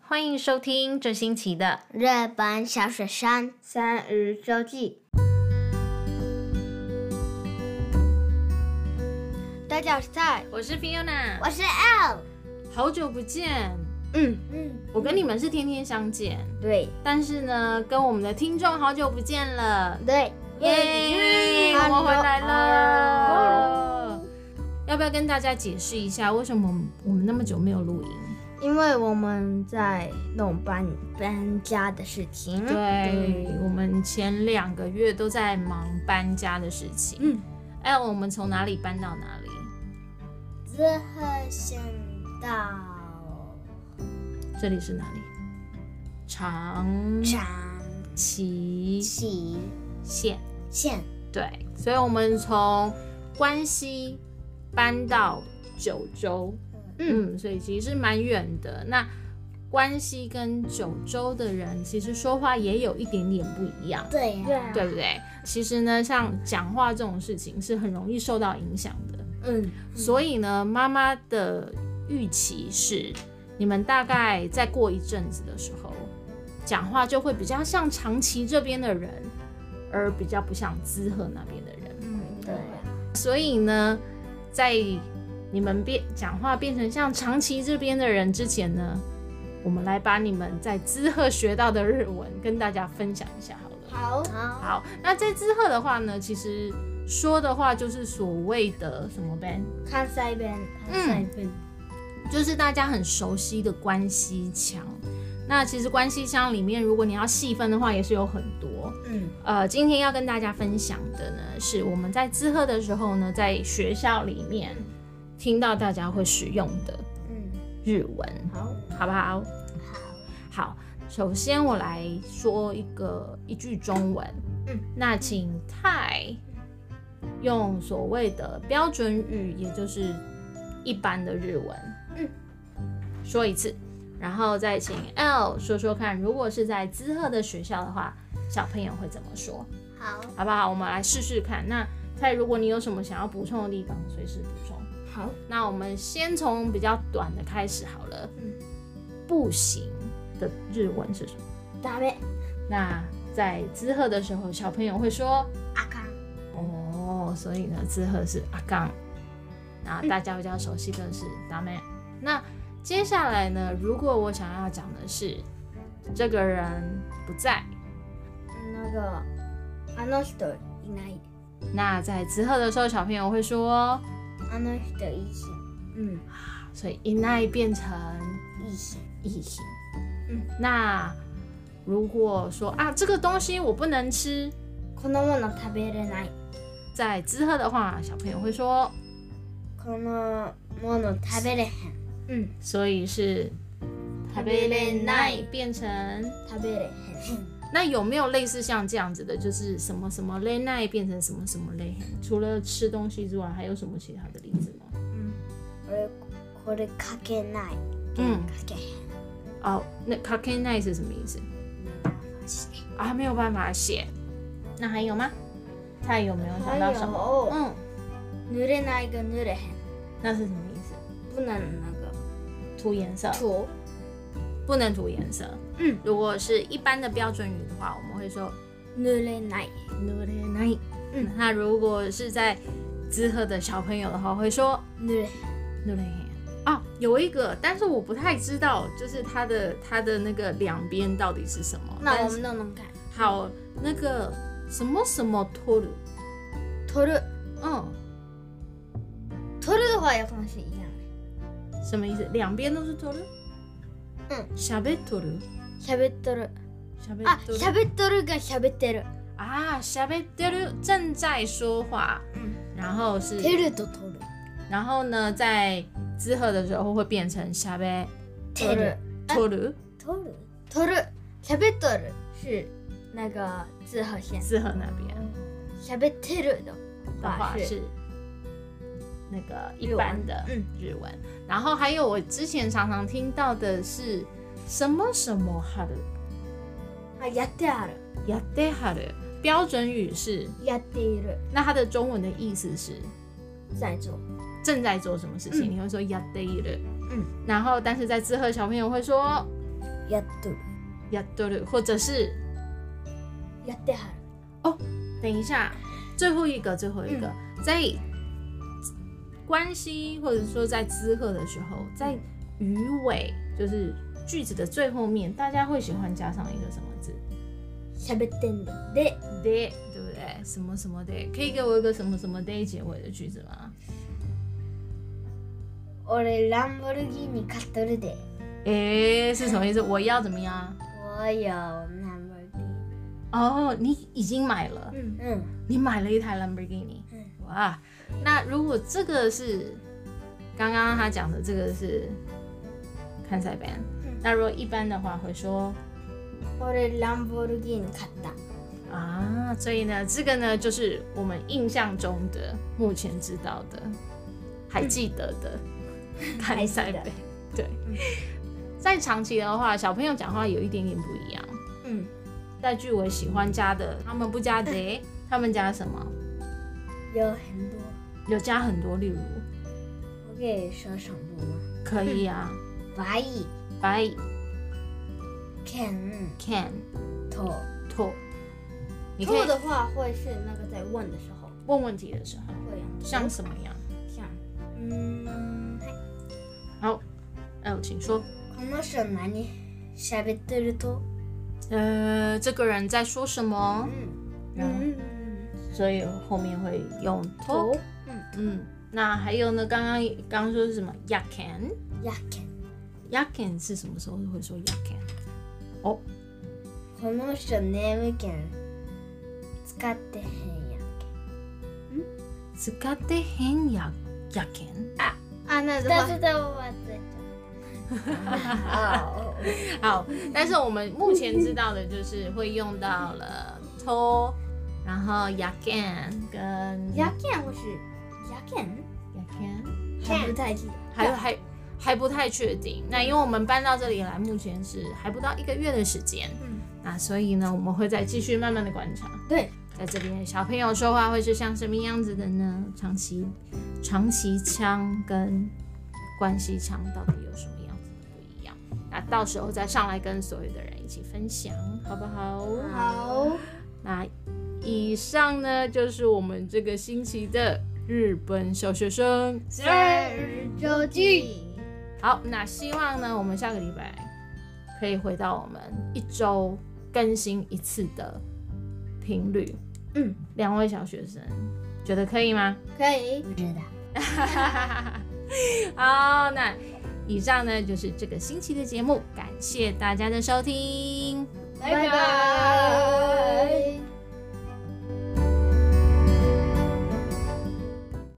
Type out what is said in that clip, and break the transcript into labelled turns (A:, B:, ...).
A: 欢迎收听这星期的
B: 日本小雪山三日周记。大家好，我是菜，
A: 我是 Fiona，
B: 我是 L。
A: 好久不见，
B: 嗯嗯，
A: 我跟你们是天天相见，
B: 对
A: 但是呢，跟我们的听众好久不见了，
B: 对，
A: 耶，我们回来了。要不要跟大家解释一下，为什么我们我们那么久没有录音？
B: 因为我们在弄搬搬家的事情。
A: 嗯对，我们前两个月都在忙搬家的事情。
B: 嗯，
A: 哎，我们从哪里搬到哪里？
B: 之后想到
A: 这里是哪里？长
B: 长
A: 崎
B: 崎
A: 县。
B: 县，
A: 对，所以我们从关西搬到九州，嗯，所以其实是蛮远的。那关西跟九州的人其实说话也有一点点不一样，
B: 对呀，
A: 对不对？其实呢，像讲话这种事情是很容易受到影响的。
B: 嗯，
A: 所以呢，妈妈的预期是，你们大概再过一阵子的时候，讲话就会比较像长崎这边的人，而比较不像滋贺那边的人。
B: 嗯对，
A: 所以呢，在你们变讲话变成像长崎这边的人之前呢，我们来把你们在滋贺学到的日文跟大家分享一下好了。
B: 好，好，
A: 好，那在滋贺的话呢，其实说的话就是所谓的什么 ban。
B: 看塞边，
A: 嗯
B: 看塞边。
A: 就是大家很熟悉的关西腔。那其实关西腔里面，如果你要细分的话，也是有很多。
B: 嗯
A: 呃，今天要跟大家分享的呢，是我们在滋贺的时候呢，在学校里面听到大家会使用的
B: 嗯，
A: 日文，
B: 好，
A: 好不好？
B: 好，
A: 好，首先我来说一个一句中文。
B: 嗯，
A: 那请泰用所谓的标准语，也就是一般的日文，
B: 嗯，
A: 说一次，然后再请 L 说说看，如果是在滋贺的学校的话，小朋友会怎么说？
B: 好，
A: 好不好？我们来试试看。那泰，如果你有什么想要补充的地方，随时补充。
B: 好，
A: 那我们先从比较短的开始好了。
B: 嗯
A: 不行的日文是什么？
B: ダメ。
A: 那在滋贺的时候，小朋友会说
B: あかん。
A: 哦，所以呢，滋贺是阿刚，那大家比较熟悉的是达妹。那接下来呢，如果我想要讲的是这个人不在，
B: 那个あの人いない。
A: 那在滋贺的时候，小朋友会说，
B: あの人いいし。嗯，
A: 所以 in I 变成
B: いいし。
A: 异形。
B: 嗯，
A: 那如果说啊，这个东西我不能吃，
B: このもの食べれない。
A: 在滋贺的话，小朋友会说
B: このもの食べれへん。嗯，
A: 所以是
B: 食べれない
A: 变成。
B: 食べれへん。
A: 那有没有类似像这样子的，就是什么什么累奈变成什么什么累？除了吃东西之外，还有什么其他的例子吗？
B: うん。俺これかけない。
A: 嗯
B: かけへん。
A: 哦，那 k a k e n a i 是什么意思啊？没有办法写。那还有吗？他有没有想到什么？
B: 有
A: 嗯，
B: 濡れないが濡れへん。
A: 那是什么意思？
B: 不能那个
A: 涂颜色，
B: 涂。
A: 不能涂颜色。
B: 嗯，
A: 如果是一般的标准语的话，我们会说
B: 濡れない。
A: ぬれない。嗯，那如果是在滋贺的小朋友的话，会说
B: 濡れへん。
A: ぬれ啊、
B: 哦
A: 有一个，但是我不太知道，就是它的它的那个两边到底是什么。
B: 那
A: 但
B: 我
A: 是
B: 们弄弄看。
A: 好，那个什么什么托鲁，
B: 取る。
A: 嗯，
B: 取る的话也可能是一样的。
A: 什么意思？两边都是托鲁？
B: 嗯，啊
A: しゃべっとる，
B: 喋っとる。
A: しゃべ
B: あ
A: っ、とる
B: 喋っとるが喋ってる。
A: 啊，しゃべってる，正在说话。
B: 嗯，
A: 然后是，
B: てると取る。
A: 然后呢，在滋贺的时候会变成しゃべ
B: 取る。
A: とる。
B: 取る。取る。喋っとる是那个字和弦。
A: 滋贺那边
B: 喋ってる的
A: 的话
B: 话是
A: 是那个一
B: 日文
A: 般的。
B: 嗯，
A: 日文。然后还有我之前常常听到的是什么什么哈的
B: あ、やってある。
A: やってはる，标准语是，
B: やっている。
A: 那它的中文的意思是
B: 在做。
A: 正在做什么事情，
B: 嗯
A: 你会说やっている。
B: 嗯，
A: 然后但是在滋贺小朋友会说
B: やっとる
A: やっとる，或者是
B: やってはる
A: 等一下，最后一个，最后一个，在关系或者说在滋贺的时候，在鱼尾就是句子的最后面，大家会喜欢加上一个什么字？
B: 喋ってんので
A: de，对不对？什么什么 de，可以给我一个什么什么 de 结尾的句子吗？
B: 俺ランボルギーニ買っとるで
A: 诶，是什么意思？我要怎么样？
B: 我有ランボルギ
A: 哦，你已经买了，
B: ーニうん
A: 你买了一台 Lamborghini，
B: 嗯
A: 哇！那如果这个是刚刚他讲的，这个是看塞班
B: 嗯。
A: 那如果一般的话，会说
B: 俺ランボルギーニ買った
A: 啊，所以呢，这个呢就是我们印象中的、目前知道的、还记得的 看塞班
B: 嗯还记得。
A: 对
B: 嗯，
A: 在长期的话，小朋友讲话有一点点不一样。
B: うん
A: 在句尾喜欢加的，他们不加贼， 他们加什么？
B: 有很多
A: 有加很多，例如
B: 我可以说什么吗
A: 可以啊
B: 白
A: ，by
B: 剣
A: can
B: と
A: to，你可
B: と
A: 以
B: 的话会是那个在问的时候
A: 问问题的时候
B: 会
A: 像什么样？
B: 像嗯はい
A: 好，哎那我请说。
B: この人何喋ってると
A: 呃，这个人在说什么？然后所以后面会用 to。嗯，那还有呢？刚刚刚刚说是什么？yakan
B: やけん
A: yakan 是什么时候会说 yakan？哦，
B: この人眠けん使ってへんやん
A: 使ってへんや yakan。
B: あなるほど あ
A: 好，但是我们目前知道的就是会用到了 to，然后 yakan 跟
B: やけんは是やけん
A: yakan，
B: 还不太记得
A: 还有还还不太确定。
B: 嗯
A: 那因为我们搬到这里来，目前是还不到一个月的时间，
B: 嗯
A: 那所以呢，我们会再继续慢慢的观察，
B: 对
A: 在这边小朋友说话会是像什么样子的呢？长期长期腔跟关系腔到底有什么样子的不一样？那到时候再上来跟所有的人一起分享，好不好？
B: 好
A: 那以上呢，就是我们这个星期的日本小学生。
B: 周记
A: 好，那希望呢，我们下个礼拜可以回到我们一周更新一次的频率。
B: 嗯，
A: 两位小学生觉得可以吗？
B: 可以不知道
A: 好，那以上呢就是这个星期的节目，感谢大家的收听，
B: 拜拜。